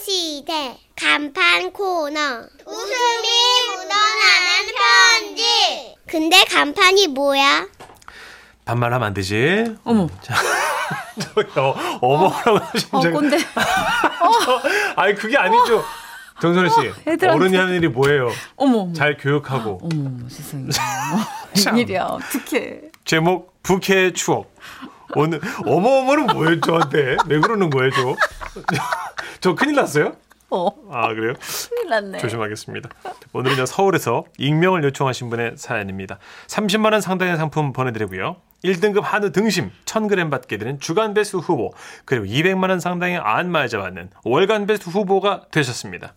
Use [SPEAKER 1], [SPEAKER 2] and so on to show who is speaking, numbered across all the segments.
[SPEAKER 1] 시대 간판 코너 웃음이 묻어나는 편지 근데 간판이 뭐야?
[SPEAKER 2] 반말하면 안 되지.
[SPEAKER 3] 어머.
[SPEAKER 2] 어, 어머라고 하시면
[SPEAKER 3] 어,
[SPEAKER 2] 제가-
[SPEAKER 3] 꼰대.
[SPEAKER 2] 아니 그게 아니죠. 정선우 씨,
[SPEAKER 3] 애들한테.
[SPEAKER 2] 어른이 하는 일이 뭐예요?
[SPEAKER 3] 어머, 어머.
[SPEAKER 2] 잘 교육하고
[SPEAKER 3] 어머, 세상에.
[SPEAKER 2] 참.
[SPEAKER 3] 웬일이야, 어떡해.
[SPEAKER 2] 제목 부캐의 추억. 오늘 어머어머는 뭐예요 저한테? 왜 그러는 거예요 저? 저 큰일 났어요?
[SPEAKER 3] 어,
[SPEAKER 2] 아 그래요?
[SPEAKER 3] 큰일 났네.
[SPEAKER 2] 조심하겠습니다. 오늘은요 서울에서 익명을 요청하신 분의 사연입니다. 30만 원 상당의 상품 보내드리고요. 1등급 한우 등심 1000g 받게 되는 주간 베스트 후보 그리고 200만 원 상당의 안마자 받는 월간 베스트 후보가 되셨습니다.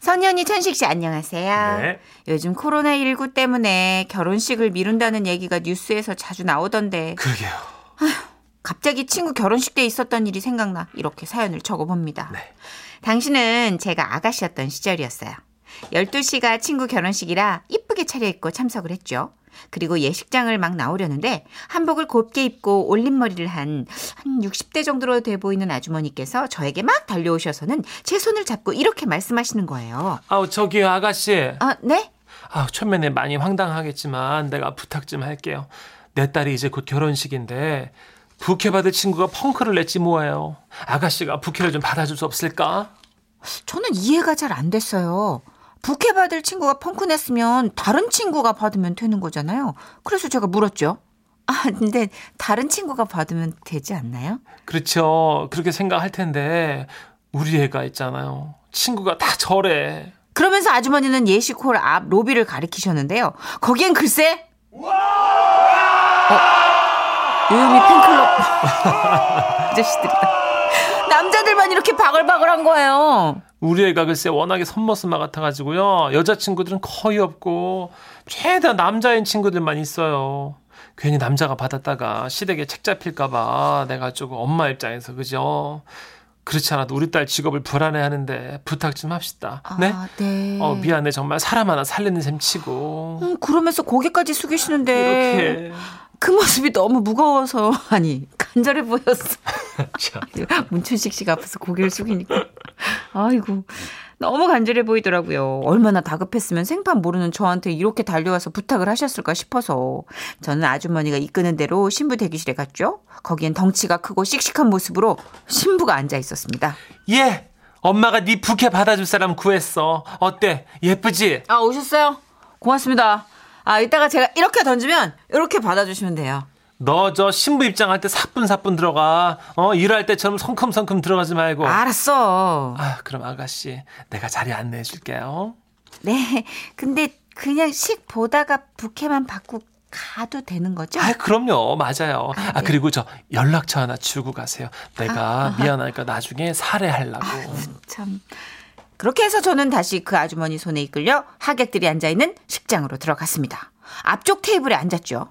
[SPEAKER 3] 선현이 천식 씨 안녕하세요.
[SPEAKER 2] 네.
[SPEAKER 3] 요즘 코로나19 때문에 결혼식을 미룬다는 얘기가 뉴스에서 자주 나오던데
[SPEAKER 2] 그러게요.
[SPEAKER 3] 갑자기 친구 결혼식 때 있었던 일이 생각나 이렇게 사연을 적어봅니다. 당신은 제가 아가씨였던 시절이었어요. 12시가 친구 결혼식이라 이쁘게 차려입고 참석을 했죠. 그리고 예식장을 막 나오려는데 한복을 곱게 입고 올림머리를 한 한 60대 정도로 돼 보이는 아주머니께서 저에게 막 달려오셔서는 제 손을 잡고 이렇게 말씀하시는 거예요.
[SPEAKER 4] 아우 저기요 아가씨
[SPEAKER 3] 아, 네?
[SPEAKER 4] 아우 처음에는 많이 황당하겠지만 내가 부탁 좀 할게요 내 딸이 이제 곧 결혼식인데 부케 받을 친구가 펑크를 냈지 뭐예요 아가씨가 부케를 좀 받아줄 수 없을까
[SPEAKER 3] 저는 이해가 잘 안 됐어요. 부케 받을 친구가 펑크 냈으면 다른 친구가 받으면 되는 거잖아요. 그래서 제가 물었죠. 아, 근데 다른 친구가 받으면 되지 않나요?
[SPEAKER 4] 그렇죠 그렇게 생각할 텐데 우리 애가 있잖아요 친구가 다 저래
[SPEAKER 3] 그러면서 아주머니는 예식홀 앞 로비를 가리키셨는데요. 거기엔 글쎄 어, 요요미 팬클럽 아저씨들이다. 남자들만 이렇게 바글바글한 거예요.
[SPEAKER 4] 우리 애가 글쎄 워낙에 선머스마 같아가지고요. 여자친구들은 거의 없고, 최대한 남자인 친구들만 있어요. 괜히 남자가 받았다가 시댁에 책 잡힐까봐 내가 조금 엄마 입장에서, 그죠? 그렇지 않아도 우리 딸 직업을 불안해하는데 부탁 좀 합시다. 네?
[SPEAKER 3] 아, 네.
[SPEAKER 4] 어, 미안해. 정말 사람 하나 살리는 셈 치고.
[SPEAKER 3] 음, 그러면서 고개까지 숙이시는데
[SPEAKER 4] 이렇게.
[SPEAKER 3] 그 모습이 너무 무거워서 아니 간절해 보였어. 문춘식 씨가 앞에서 고개를 숙이니까 아이고 너무 간절해 보이더라고요. 얼마나 다급했으면 생판 모르는 저한테 이렇게 달려와서 부탁을 하셨을까 싶어서 저는 아주머니가 이끄는 대로 신부 대기실에 갔죠. 거기엔 덩치가 크고 씩씩한 모습으로 신부가 앉아 있었습니다.
[SPEAKER 4] 예! 엄마가 네 부케 받아줄 사람 구했어. 어때? 예쁘지?
[SPEAKER 3] 아 오셨어요? 고맙습니다. 아 이따가 제가 이렇게 던지면 이렇게 받아주시면 돼요.
[SPEAKER 4] 너 저 신부 입장할 때 사뿐사뿐 들어가. 어, 일할 때처럼 성큼성큼 들어가지 말고. 아,
[SPEAKER 3] 알았어.
[SPEAKER 4] 그럼 아가씨, 내가 자리 안내해 줄게요.
[SPEAKER 3] 네. 근데 그냥 식 보다가 부케만 받고 가도 되는 거죠?
[SPEAKER 4] 아, 그럼요. 맞아요. 아, 그리고 저 연락처 하나 주고 가세요. 내가 미안하니까 나중에 살해하려고.
[SPEAKER 3] 네. 참. 그렇게 해서 저는 다시 그 아주머니 손에 이끌려 하객들이 앉아 있는 식장으로 들어갔습니다. 앞쪽 테이블에 앉았죠.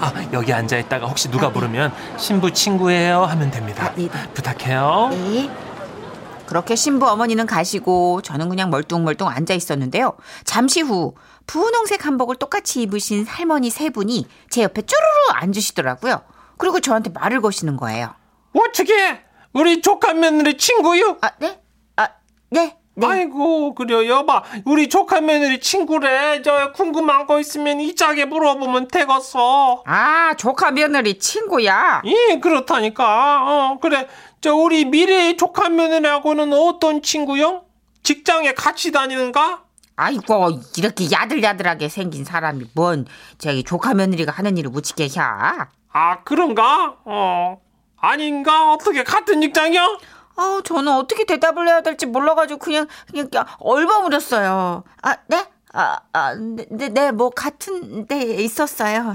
[SPEAKER 4] 아, 여기 앉아 있다가 혹시 누가 부르면 신부 친구예요 하면 됩니다.
[SPEAKER 3] 아, 네,
[SPEAKER 4] 부탁해요.
[SPEAKER 3] 네. 그렇게 신부 어머니는 가시고 저는 그냥 멀뚱멀뚱 앉아 있었는데요. 잠시 후 분홍색 한복을 똑같이 입으신 할머니 세 분이 제 옆에 쭈루루 앉으시더라고요. 그리고 저한테 말을 거시는 거예요.
[SPEAKER 4] 어떻게 우리 조카 며느리 친구요?
[SPEAKER 3] 아, 네? 아, 네. 네.
[SPEAKER 4] 아이고 그래요 여봐 우리 조카 며느리 친구래 저 궁금한 거 있으면 이짝에 물어보면 되겠어
[SPEAKER 3] 아, 조카 며느리 친구야.
[SPEAKER 4] 예 그렇다니까 어 그래 저 우리 미래의 조카 며느리하고는 어떤 친구요? 직장에 같이 다니는가?
[SPEAKER 3] 아이고, 이렇게 야들야들하게 생긴 사람이 뭔 저기 조카 며느리가 하는 일을 무치게 혀.
[SPEAKER 4] 아 그런가? 어 아닌가? 어떻게 같은 직장이요?
[SPEAKER 3] 아, 저는 어떻게 대답을 해야 될지 몰라가지고 그냥 그냥 얼버무렸어요. 아, 네? 아, 아, 네, 네, 네, 뭐 같은 데에 있었어요.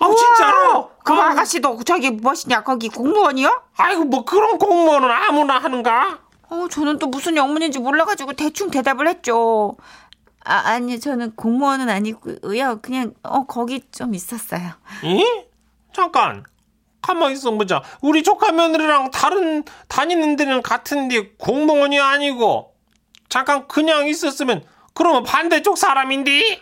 [SPEAKER 4] 아 진짜로?
[SPEAKER 3] 그
[SPEAKER 4] 아,
[SPEAKER 3] 아가씨도 저기 무엇이냐? 거기 공무원이요?
[SPEAKER 4] 아이고 뭐 그런 공무원은 아무나 하는가?
[SPEAKER 3] 어, 저는 또 무슨 영문인지 몰라가지고 대충 대답을 했죠. 아, 아니, 저는 공무원은 아니고요. 그냥, 어, 거기 좀 있었어요.
[SPEAKER 4] 이? 잠깐. 가만 있어 보자. 우리 조카 며느리랑 다른 다니는 데는 같은데 공무원이 아니고 잠깐 그냥 있었으면 그러면 반대쪽 사람인데?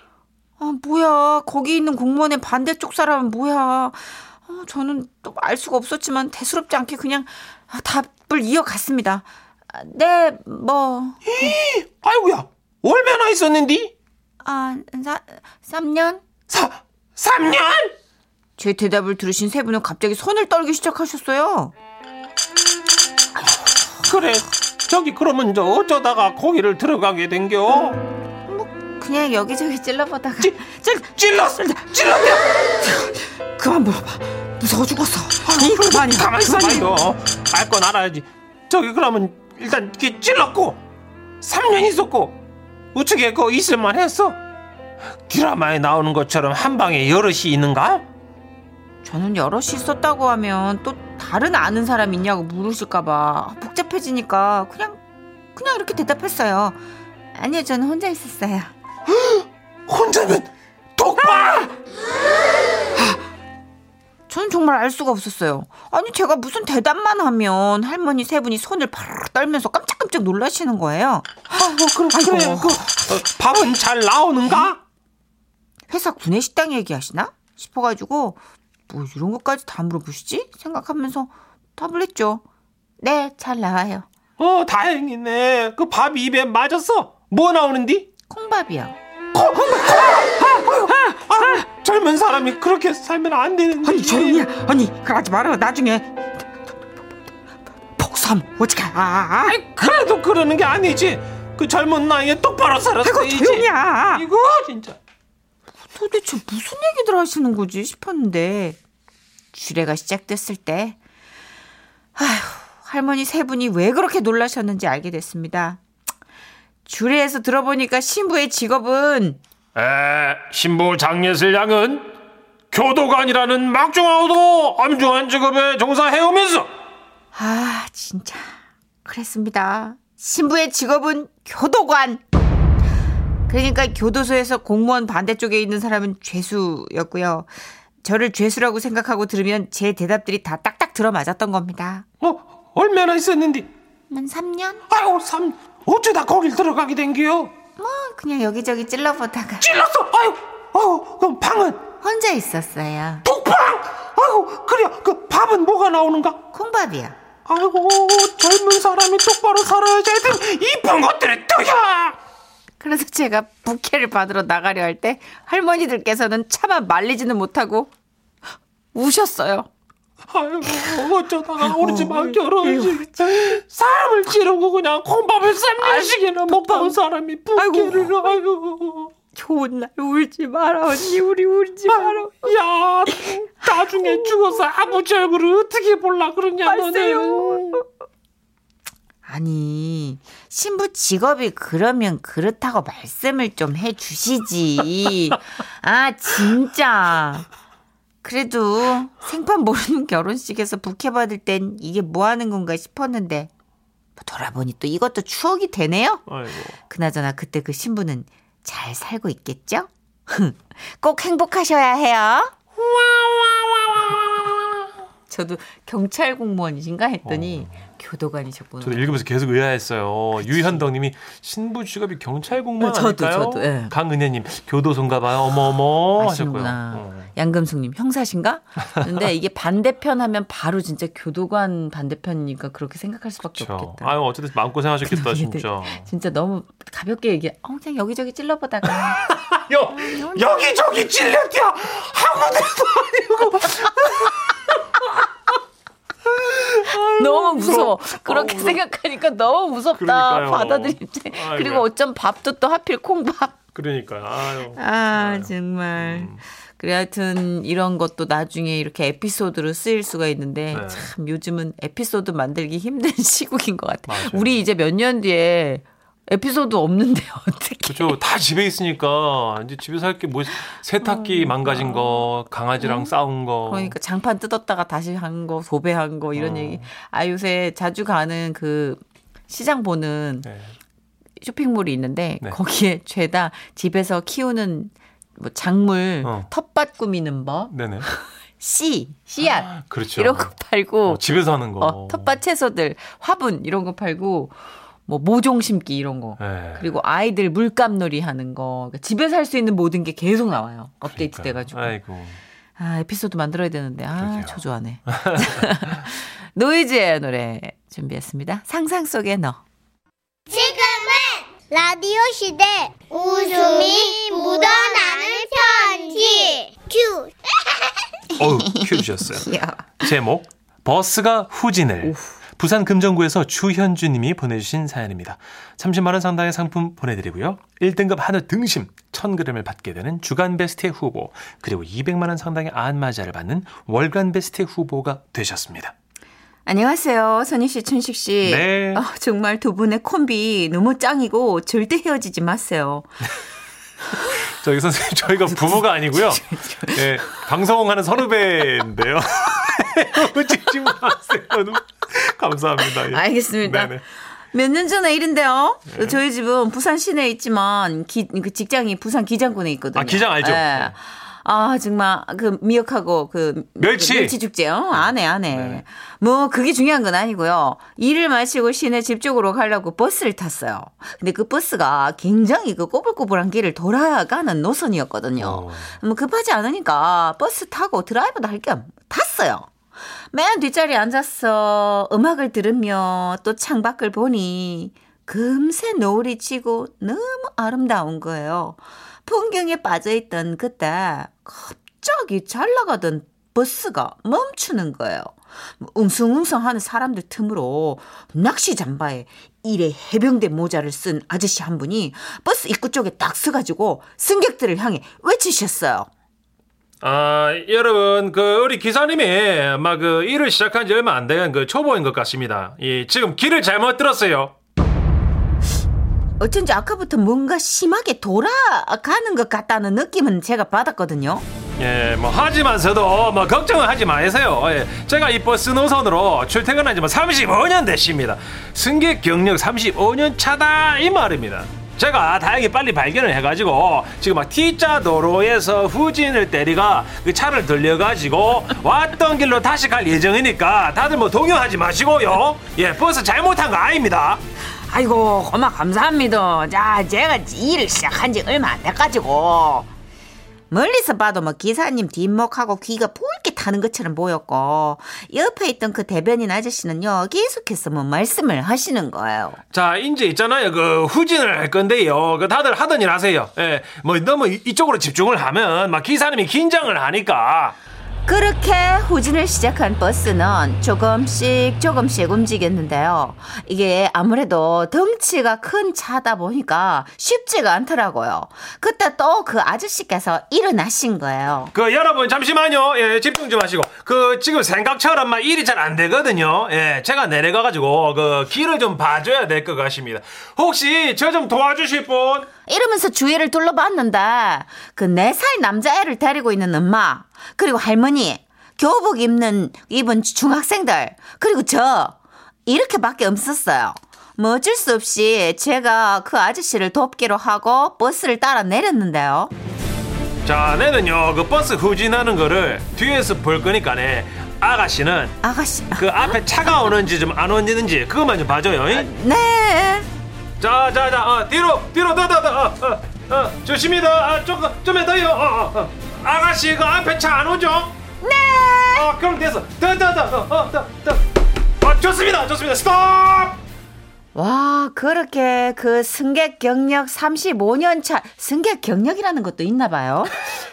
[SPEAKER 3] 아, 뭐야. 거기 있는 공무원의 반대쪽 사람은 뭐야. 어, 저는 또 알 수가 없었지만 대수롭지 않게 그냥 아, 답을 이어갔습니다. 아, 네, 뭐,
[SPEAKER 4] 아이고야 얼마나 있었는디?
[SPEAKER 3] 아, 사, 3년?
[SPEAKER 4] 사 3년?
[SPEAKER 3] 제 대답을 들으신 세 분은 갑자기 손을 떨기 시작하셨어요.
[SPEAKER 4] 그래 저기 그러면 저 어쩌다가 거기를 들어가게 된겨?
[SPEAKER 3] 그냥 여기저기 찔러보다가
[SPEAKER 4] 찔, 찔, 찔렀습니다 찔렀냐?
[SPEAKER 3] 그만 물어봐. 무서워 죽었어. 이거 아니야.
[SPEAKER 4] 가만
[SPEAKER 3] 그거 아니야.
[SPEAKER 4] 있어봐요 알 건 알아야지 저기 그러면 일단 이렇게 찔렀고 3년 있었고 우측에 그 있을만 했어 드라마에 나오는 것처럼 한 방에 여럿이 있는가?
[SPEAKER 3] 저는 여럿이 있었다고 하면 또 다른 아는 사람 있냐고 물으실까봐 복잡해지니까 그냥 그냥 이렇게 대답했어요. 아니요, 저는 혼자 있었어요.
[SPEAKER 4] 혼자면 독박!
[SPEAKER 3] 저는 정말 알 수가 없었어요. 아니 제가 무슨 대답만 하면 할머니 세 분이 손을 바르르 떨면서 깜짝깜짝 놀라시는 거예요.
[SPEAKER 4] 아이고 어, 그럼
[SPEAKER 3] 아이고.
[SPEAKER 4] 그래 그 어, 밥은 잘 나오는가?
[SPEAKER 3] 회사 구내식당 얘기하시나 싶어가지고 뭐 이런 것까지 다 물어보시지 생각하면서 답을 했죠. 네, 잘 나와요.
[SPEAKER 4] 어 다행이네 그 밥이 입에 맞았어 뭐 나오는디?
[SPEAKER 3] 콩밥이요.
[SPEAKER 4] 아, 젊은 사람이 그렇게 살면 안 되는데
[SPEAKER 3] 아니 조용히 해. 아니 그러지 말아 나중에 폭삼 어떻게 아
[SPEAKER 4] 아이, 그래도 그러는 게 아니지 그 젊은 나이에 똑바로
[SPEAKER 3] 아이고
[SPEAKER 4] 살았어야지
[SPEAKER 3] 조용히 해.
[SPEAKER 4] 이거 진짜
[SPEAKER 3] 도대체 무슨 얘기들 하시는 거지 싶었는데 주례가 시작됐을 때 아휴 할머니 세 분이 왜 그렇게 놀라셨는지 알게 됐습니다. 주례에서 들어보니까 신부의 직업은
[SPEAKER 2] 에, 신부 장례슬 양은 교도관이라는 막중하고도 엄중한 직업에 종사해오면서
[SPEAKER 3] 아 진짜 그랬습니다. 신부의 직업은 교도관. 그러니까 교도소에서 공무원 반대쪽에 있는 사람은 죄수였고요. 저를 죄수라고 생각하고 들으면 제 대답들이 다 딱딱 들어맞았던 겁니다.
[SPEAKER 4] 어 얼마나 있었는디?
[SPEAKER 3] 한 3년?
[SPEAKER 4] 아이고 참 어쩌다 거길 들어가게 된겨
[SPEAKER 3] 뭐 그냥 여기저기 찔러보다가
[SPEAKER 4] 찔렀어 아이고 아이고 그럼 방은
[SPEAKER 3] 혼자 있었어요.
[SPEAKER 4] 독방 아이고 그래 그 밥은 뭐가 나오는가?
[SPEAKER 3] 콩밥이요.
[SPEAKER 4] 아이고 젊은 사람이 똑바로 살아야지 하여튼 이쁜 것들의 뜻이야
[SPEAKER 3] 그래서 제가 부케를 받으러 나가려 할 때 할머니들께서는 차마 말리지는 못하고 우셨어요.
[SPEAKER 4] 아이고 어쩌다가 오르지마 결혼식 사람을 찌르고 그냥 콩밥을 쌈면식이나 먹던 사람이 부캐를 아이고
[SPEAKER 3] 좋은 날 울지 마라 언니 우리 울지 마라.
[SPEAKER 4] 야 나중에 죽어서 아버지 얼굴을 어떻게 볼라 그러냐 너는
[SPEAKER 3] 아니 신부 직업이 그러면 그렇다고 말씀을 좀 해주시지. 아 진짜. 그래도 생판 모르는 결혼식에서 부케 받을 땐 이게 뭐 하는 건가 싶었는데 뭐 돌아보니 또 이것도 추억이 되네요.
[SPEAKER 2] 아이고
[SPEAKER 3] 그나저나 그때 그 신부는 잘 살고 있겠죠? 꼭 행복하셔야 해요. 저도 경찰 공무원이신가 했더니 교도관이셨구나.
[SPEAKER 2] 어. 저도 읽으면서 계속 의아했어요. 유현덕님이 신부 직업이 경찰 공무원
[SPEAKER 3] 네, 저도,
[SPEAKER 2] 아닐까요?
[SPEAKER 3] 저도, 예.
[SPEAKER 2] 강은혜님 교도소인가봐요. 어머어머 하셨고요.
[SPEAKER 3] 아시는구나.
[SPEAKER 2] 어.
[SPEAKER 3] 양금숙님 형사신가? 근데 이게 반대편 하면 바로 진짜 교도관 반대편이니까 그렇게 생각할 수밖에
[SPEAKER 2] 그렇죠.
[SPEAKER 3] 없겠다. 네,
[SPEAKER 2] 아유 어쨌든 마음 고생하셨겠다
[SPEAKER 3] 근데
[SPEAKER 2] 진짜.
[SPEAKER 3] 진짜 너무 가볍게 얘기. 어, 그냥 여기저기 찔러보다가
[SPEAKER 4] 여, 여기저기 찔렸대요 아무데도 아니고
[SPEAKER 3] 너무 무서워. 그렇게 생각하니까 너무 무섭다.
[SPEAKER 2] 음. 어. 그러니까요.
[SPEAKER 3] 받아들일 때.
[SPEAKER 2] 아이고야.
[SPEAKER 3] 그리고 어쩜 밥도 또 하필 콩밥.
[SPEAKER 2] 그러니까요. 아유.
[SPEAKER 3] 아 정말.
[SPEAKER 2] 음.
[SPEAKER 3] 그래 하여튼 이런 것도 나중에 이렇게 에피소드로 쓰일 수가 있는데
[SPEAKER 2] 네.
[SPEAKER 3] 참 요즘은 에피소드 만들기 힘든 시국인 것 같아.
[SPEAKER 2] 맞아요.
[SPEAKER 3] 우리 이제 몇 년 뒤에 에피소드 없는데 어떻게?
[SPEAKER 2] 그렇죠. 다 집에 있으니까 이제 집에서 할 게 뭐 세탁기 망가진 거, 강아지랑 싸운 거.
[SPEAKER 3] 음. 그러니까 장판 뜯었다가 다시 한 거, 도배한 거 이런
[SPEAKER 2] 어.
[SPEAKER 3] 얘기. 아 요새 자주 가는 그 시장 보는
[SPEAKER 2] 네.
[SPEAKER 3] 쇼핑몰이 있는데
[SPEAKER 2] 네.
[SPEAKER 3] 거기에 죄다 집에서 키우는 뭐 작물,
[SPEAKER 2] 어.
[SPEAKER 3] 텃밭 꾸미는 법,
[SPEAKER 2] 네네.
[SPEAKER 3] 씨, 씨앗
[SPEAKER 4] 아,
[SPEAKER 2] 그렇죠.
[SPEAKER 3] 이런 거 팔고
[SPEAKER 2] 어, 집에서 하는 거.
[SPEAKER 3] 어, 텃밭 채소들, 화분 이런 거 팔고 뭐 모종 심기 이런 거.
[SPEAKER 2] 네.
[SPEAKER 3] 그리고 아이들 물감놀이 하는 거. 그러니까 집에서 할 수 있는 모든 게 계속 나와요. 업데이트
[SPEAKER 2] 그러니까요.
[SPEAKER 3] 돼 가지고.
[SPEAKER 2] 아이고.
[SPEAKER 3] 아, 에피소드 만들어야 되는데. 아,
[SPEAKER 2] 그러게요.
[SPEAKER 3] 초조하네. 노이즈의 노래 준비했습니다. 상상 속의 너.
[SPEAKER 1] 지금은 라디오 시대 웃음이 묻어나는 편지 큐
[SPEAKER 2] 어우, 큐 주셨어요.
[SPEAKER 3] 귀여
[SPEAKER 2] 제목 버스가 후진을 부산 금정구에서 주현주 님이 보내주신 사연입니다. 30만 원 상당의 상품 보내드리고요. 1등급 한우 등심 1000g을 받게 되는 주간베스트 후보 그리고 200만 원 상당의 안마자를 받는 월간베스트 후보가 되셨습니다.
[SPEAKER 3] 안녕하세요. 선희 씨, 춘식 씨.
[SPEAKER 2] 네.
[SPEAKER 3] 아, 정말 두 분의 콤비 너무 짱이고 절대 헤어지지 마세요.
[SPEAKER 2] 저기 선생님 저희가 부부가 아니고요. 예, 방송하는 선후배인데요. 웃지 마세요. 감사합니다. 예.
[SPEAKER 3] 알겠습니다.
[SPEAKER 2] 네네. 네.
[SPEAKER 3] 몇 년 전에 일인데요. 저희 집은 부산 시내에 있지만 기- 그 직장이 부산 기장군에 있거든요.
[SPEAKER 2] 아, 기장 알죠?
[SPEAKER 3] 예. 아 정말 그 미역하고 그
[SPEAKER 2] 멸치. 네.
[SPEAKER 3] 그 멸치 축제요. 안해 안해. 뭐 그게 중요한 건 아니고요. 일을 마치고 시내 집 쪽으로 가려고 버스를 탔어요. 근데 그 버스가 굉장히 그 꼬불꼬불한 길을 돌아가는 노선이었거든요.
[SPEAKER 2] 어.
[SPEAKER 3] 뭐 급하지 않으니까 버스 타고 드라이브도 할 겸 탔어요. 맨 뒷자리에 앉아서 음악을 들으며 또 창밖을 보니 금세 노을이 지고 너무 아름다운 거예요. 풍경에 빠져있던 그때 갑자기 잘 나가던 버스가 멈추는 거예요. 웅성웅성 하는 사람들 틈으로 낚시 잠바에 이래 해병대 모자를 쓴 아저씨 한 분이 버스 입구 쪽에 딱 서가지고 승객들을 향해 외치셨어요.
[SPEAKER 4] 아, 여러분, 그, 우리 기사님이 막 그 일을 시작한 지 얼마 안 된 그 초보인 것 같습니다. 예, 지금 길을 잘못 들었어요.
[SPEAKER 3] 어쩐지 아까부터 뭔가 심하게 돌아가는 것 같다는 느낌은 제가 받았거든요.
[SPEAKER 4] 예, 뭐, 하지만서도, 뭐, 걱정은 하지 마세요. 예, 제가 이 버스 노선으로 출퇴근한 지 뭐 35년 됐습니다. 승객 경력 35년 차다, 이 말입니다. 제가 다행히 빨리 발견을 해가지고, 지금 막 T자 도로에서 후진을 때리가 그 차를 돌려가지고, 왔던 길로 다시 갈 예정이니까, 다들 뭐 동요하지 마시고요. 예, 버스 잘못한 거 아닙니다.
[SPEAKER 3] 아이고, 고마 감사합니다. 자, 제가 일을 시작한 지 얼마 안 돼가지고. 멀리서 봐도 뭐 기사님 뒷목하고 귀가 붉게 타는 것처럼 보였고, 옆에 있던 그 대변인 아저씨는요, 계속해서 뭐 말씀을 하시는 거예요.
[SPEAKER 4] 자, 이제 있잖아요. 그 후진을 할 건데요. 그 다들 하던 일 하세요. 예. 뭐 너무 이- 이쪽으로 집중을 하면 막 기사님이 긴장을 하니까.
[SPEAKER 3] 그렇게 후진을 시작한 버스는 조금씩 조금씩 움직였는데요. 이게 아무래도 덩치가 큰 차다 보니까 쉽지가 않더라고요. 그때 또 그 아저씨께서 일어나신 거예요.
[SPEAKER 4] 그 여러분 잠시만요. 예, 집중 좀 하시고. 그 지금 생각처럼 막 일이 잘 안 되거든요. 예. 제가 내려가 가지고 그 길을 좀 봐줘야 될 것 같습니다. 혹시 저 좀 도와주실 분?
[SPEAKER 3] 이러면서 주위를 둘러봤는데 그 네 살 남자애를 데리고 있는 엄마 그리고 할머니 교복 입는 입은 중학생들 그리고 저 이렇게밖에 없었어요. 뭐 어쩔 수 없이 제가 그 아저씨를 돕기로 하고 버스를 따라 내렸는데요.
[SPEAKER 4] 자, 내는요. 그 버스 후진하는 거를 뒤에서 볼 거니까네. 아가씨는
[SPEAKER 3] 아가씨
[SPEAKER 4] 그 앞에 차가 오는지 좀 안 오는지 그것만 좀 봐줘요. 잉?
[SPEAKER 3] 네
[SPEAKER 4] 자, 자, 자, 어, 뒤로, 뒤로, 더, 더, 더, 어, 어, 어, 조심히다, 아, 조금, 좀더요 어, 어, 어. 아가씨, 그 앞에 차 안 오죠? 네. 어, 그럼 됐어. 더, 더, 더, 어, 어, 더, 더. 어, 좋습니다, 좋습니다. 스톱.
[SPEAKER 3] 와, 그렇게 그 승객 경력 35년 차, 승객 경력이라는 것도 있나 봐요.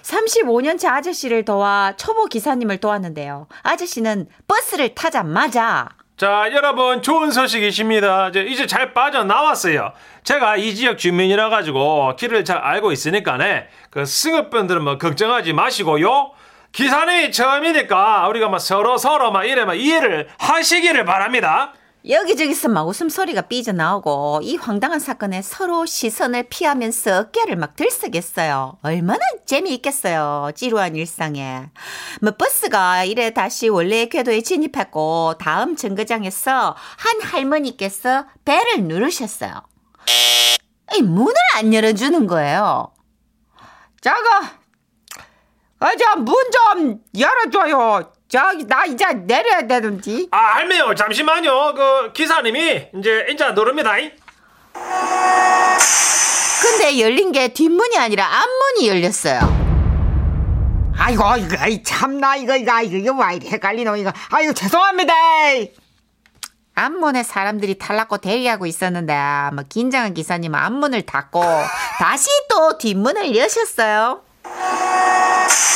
[SPEAKER 3] 35년 차 아저씨를 도와 초보 기사님을 도왔는데요. 아저씨는 버스를 타자마자
[SPEAKER 4] 자, 여러분, 좋은 소식이십니다. 이제, 이제 잘 빠져 나왔어요. 제가 이 지역 주민이라 가지고 길을 잘 알고 있으니까네. 그 승업분들은 뭐 걱정하지 마시고요. 기사님이 처음이니까 우리가 막 서로 서로 막 이래 막 이해를 하시기를 바랍니다.
[SPEAKER 3] 여기저기서 막 웃음소리가 삐져나오고 이 황당한 사건에 서로 시선을 피하면서 어깨를 막 들썩였어요. 얼마나 재미있겠어요. 지루한 일상에. 뭐 버스가 이래 다시 원래의 궤도에 진입했고 다음 정거장에서 한 할머니께서 벨을 누르셨어요. 이 문을 안 열어주는 거예요. 자가 아저 문 좀 열어줘요. 저기 나 이제 내려야 되는지.
[SPEAKER 4] 아, 할매요. 잠시만요. 그 기사님이 이제 인자 누릅니다.
[SPEAKER 3] 근데 열린 게 뒷문이 아니라 앞문이 열렸어요.
[SPEAKER 5] 아이고 이거 아이 참나 이거 이거 이거 이거 왜 이리 헷갈리노 이거 아이고 죄송합니다.
[SPEAKER 3] 앞문에 사람들이 탈락고 대기하고 있었는데 뭐 긴장한 기사님은 앞문을 닫고 다시 또 뒷문을 여셨어요.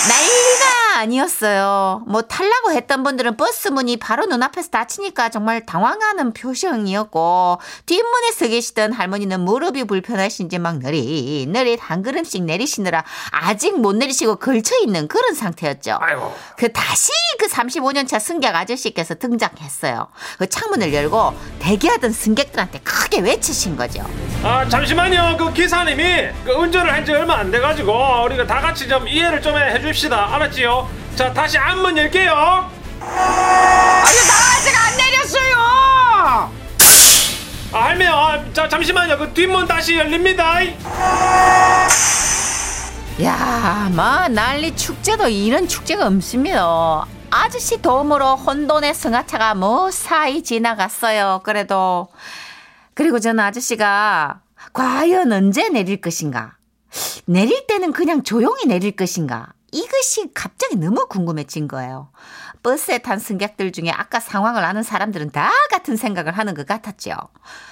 [SPEAKER 3] 난리가 아니었어요. 뭐 탈라고 했던 분들은 버스 문이 바로 눈앞에서 닫히니까 정말 당황하는 표정이었고 뒷문에 서 계시던 할머니는 무릎이 불편하신지 막 느릿느릿 한 걸음씩 내리시느라 아직 못 내리시고 걸쳐있는 그런 상태였죠. 그 다시 그 35년차 승객 아저씨께서 등장했어요. 그 창문을 열고 대기하던 승객들한테 크게 외치신 거죠.
[SPEAKER 4] 아 잠시만요 그 기사님이 그 운전을 한 지 얼마 안 돼가지고 우리가 다 같이 좀 이해를 좀 해- 해줍시다 알았지요 자 다시 앞문 열게요
[SPEAKER 5] 내렸어요.
[SPEAKER 4] 아 할매요 아, 자 잠시만요 그 뒷문 다시 열립니다
[SPEAKER 3] 야, 마 난리 축제도 이런 축제가 없습니다. 아저씨 도움으로 혼돈의 승하차가 무사히 지나갔어요. 그래도 그리고 저는 아저씨가 과연 언제 내릴 것인가? 내릴 때는 그냥 조용히 내릴 것인가? 이것이 갑자기 너무 궁금해진 거예요. 버스에 탄 승객들 중에 아까 상황을 아는 사람들은 다 같은 생각을 하는 것 같았죠.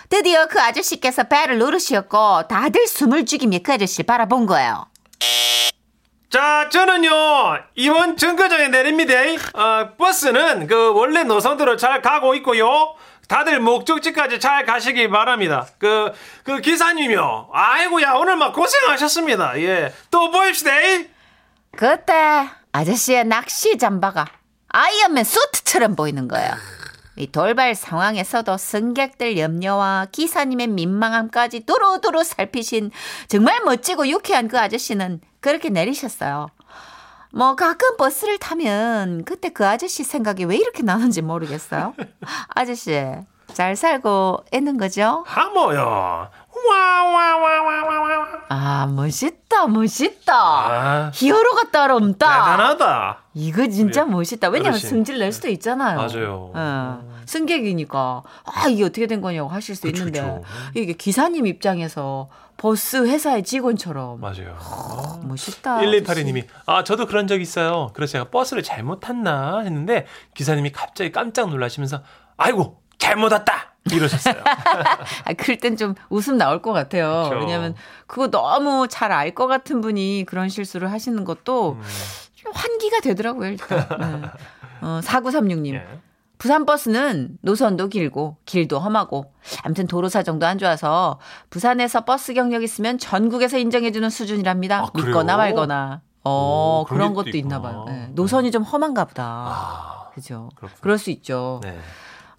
[SPEAKER 3] 드디어 그 아저씨께서 배를 누르시었고 다들 숨을 죽이며 그 아저씨를 바라본 거예요.
[SPEAKER 4] 자 저는요 이번 정거장에 내립니다 어, 버스는 그 원래 노선대로 잘 가고 있고요 다들 목적지까지 잘 가시기 바랍니다 그, 그 기사님이요 아이고야 오늘 막 고생하셨습니다 예 또 보입시다
[SPEAKER 3] 그때 아저씨의 낚시 잠바가 아이언맨 수트처럼 보이는 거예요. 이 돌발 상황에서도 승객들 염려와 기사님의 민망함까지 두루두루 살피신 정말 멋지고 유쾌한 그 아저씨는 그렇게 내리셨어요. 뭐 가끔 버스를 타면 그때 그 아저씨 생각이 왜 이렇게 나는지 모르겠어요. 아저씨 잘 살고 있는 거죠?
[SPEAKER 4] 하모요 와와와와와와
[SPEAKER 3] 아 멋있다 멋있다.
[SPEAKER 4] 아
[SPEAKER 3] 히어로가 따로 없다.
[SPEAKER 4] 대단하다
[SPEAKER 3] 이거 진짜
[SPEAKER 4] 우리
[SPEAKER 3] 멋있다. 왜냐면
[SPEAKER 4] 어르신.
[SPEAKER 3] 승질 낼 수도 있잖아요.
[SPEAKER 4] 맞아요.
[SPEAKER 3] 예. 승객이니까 아 이게 어떻게 된 거냐고 하실 수
[SPEAKER 4] 그쵸,
[SPEAKER 3] 있는데
[SPEAKER 4] 그쵸. 네.
[SPEAKER 3] 이게 기사님 입장에서 버스 회사의 직원처럼 뭐
[SPEAKER 4] 맞아요
[SPEAKER 3] 멋있다.
[SPEAKER 4] 1182님이 아 저도 그런 적 있어요. 그래서 제가 버스를 잘못 탔나 했는데 기사님이 갑자기 깜짝 놀라시면서 아이고 잘못 왔다 이러셨어요.
[SPEAKER 3] 아, 그럴 땐 좀 웃음 나올 것 같아요.
[SPEAKER 4] 그쵸.
[SPEAKER 3] 왜냐면 그거 너무 잘 알 것 같은 분이 그런 실수를 하시는 것도
[SPEAKER 4] 음.
[SPEAKER 3] 좀 환기가 되더라고요. 일단. 네. 어, 4936님.
[SPEAKER 4] 예.
[SPEAKER 3] 부산 버스는 노선도 길고 길도 험하고 아무튼 도로 사정도 안 좋아서 부산에서 버스 경력 있으면 전국에서 인정해주는 수준이랍니다.
[SPEAKER 4] 아, 그래요?
[SPEAKER 3] 믿거나 말거나. 어
[SPEAKER 4] 오,
[SPEAKER 3] 그런
[SPEAKER 4] 그런 게
[SPEAKER 3] 것도
[SPEAKER 4] 또
[SPEAKER 3] 있나
[SPEAKER 4] 있구나.
[SPEAKER 3] 봐요. 예, 노선이 좀 험한가 보다.
[SPEAKER 4] 아,
[SPEAKER 3] 그죠.
[SPEAKER 4] 그렇군요.
[SPEAKER 3] 그럴 수 있죠.
[SPEAKER 4] 네.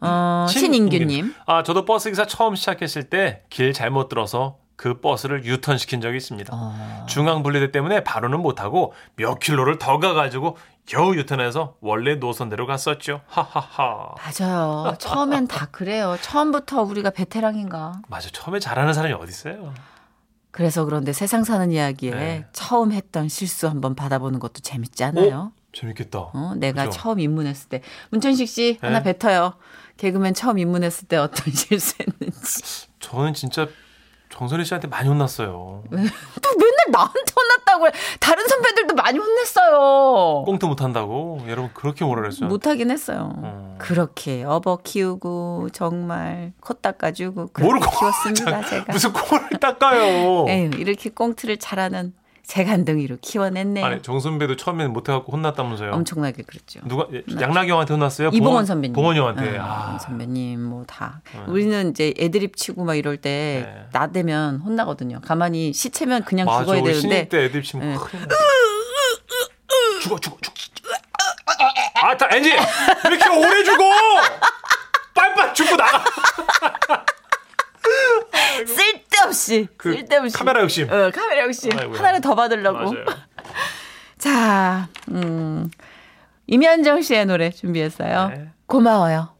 [SPEAKER 3] 어,
[SPEAKER 4] 신인규님.
[SPEAKER 3] 신인규님.
[SPEAKER 4] 아 저도 버스 기사 처음 시작했을 때 길 잘못 들어서 그 버스를 유턴 시킨 적이 있습니다.
[SPEAKER 3] 아.
[SPEAKER 4] 중앙 분리대 때문에 바로는 못하고 몇 킬로를 더 가가지고 겨우 유턴해서 원래 노선대로 갔었죠. 하하하.
[SPEAKER 3] 맞아요. 처음엔 다 그래요. 처음부터 우리가 베테랑인가.
[SPEAKER 4] 맞아 처음에 잘하는 사람이 어디 있어요?
[SPEAKER 3] 그래서 그런데 세상 사는 이야기에
[SPEAKER 4] 네.
[SPEAKER 3] 처음 했던 실수 한번 받아보는 것도 재밌지 않아요?
[SPEAKER 4] 재밌겠다.
[SPEAKER 3] 어, 내가
[SPEAKER 4] 그죠? 네.
[SPEAKER 3] 처음 입문했을 때 문천식 씨 하나 뱉어요. 개그맨 처음 입문했을 때 어떤 실수했는지.
[SPEAKER 4] 저는 진짜 정선희 씨한테 많이 혼났어요.
[SPEAKER 3] 또 맨날 나한테 혼났다고 그래. 다른 선배들도 많이 혼냈어요.
[SPEAKER 4] 꽁트 못한다고 여러분 그렇게 뭐라 그랬어요?
[SPEAKER 3] 못하긴 했어요.
[SPEAKER 4] 음.
[SPEAKER 3] 그렇게 업어 키우고 정말 코 닦아주고
[SPEAKER 4] 뭘
[SPEAKER 3] 그렇게
[SPEAKER 4] 코-
[SPEAKER 3] 키웠습니다 제가.
[SPEAKER 4] 무슨 코를 닦아요?
[SPEAKER 3] 에휴, 이렇게 꽁트를 잘하는 재간둥이로 키워냈네요.
[SPEAKER 4] 아니 정 선배도 처음에는 못해갖고 혼났다면서요?
[SPEAKER 3] 엄청나게 그렇죠. 그랬죠.
[SPEAKER 4] 누가 예, 양락이 형한테 혼났어요?
[SPEAKER 3] 이봉원 선배님.
[SPEAKER 4] 그러니까 봉원 형한테.
[SPEAKER 3] 응,
[SPEAKER 4] 아,
[SPEAKER 3] 선배님 뭐 다 우리는 이제 애드립 치고 막 이럴 때
[SPEAKER 4] 네.
[SPEAKER 3] 나대면 혼나거든요. 가만히 시체면 그냥
[SPEAKER 4] 맞아.
[SPEAKER 3] 죽어야
[SPEAKER 4] 우리
[SPEAKER 3] 되는데
[SPEAKER 4] 신입 때 애들 치면
[SPEAKER 3] 네.
[SPEAKER 4] 큰일 났어. 죽어 죽어 죽어. 아, 다 엔지 왜 이렇게 오래 죽어? 빨빨 죽고 나가.
[SPEAKER 3] 쓸데없이
[SPEAKER 4] 그
[SPEAKER 3] 쓸데없이
[SPEAKER 4] 카메라 욕심.
[SPEAKER 3] 어, 카메라 역시
[SPEAKER 4] 아이고야.
[SPEAKER 3] 하나를 더 받으려고.
[SPEAKER 4] 맞아요.
[SPEAKER 3] 자, 음. 임현정 씨의 노래 준비했어요.
[SPEAKER 4] 네.
[SPEAKER 3] 고마워요.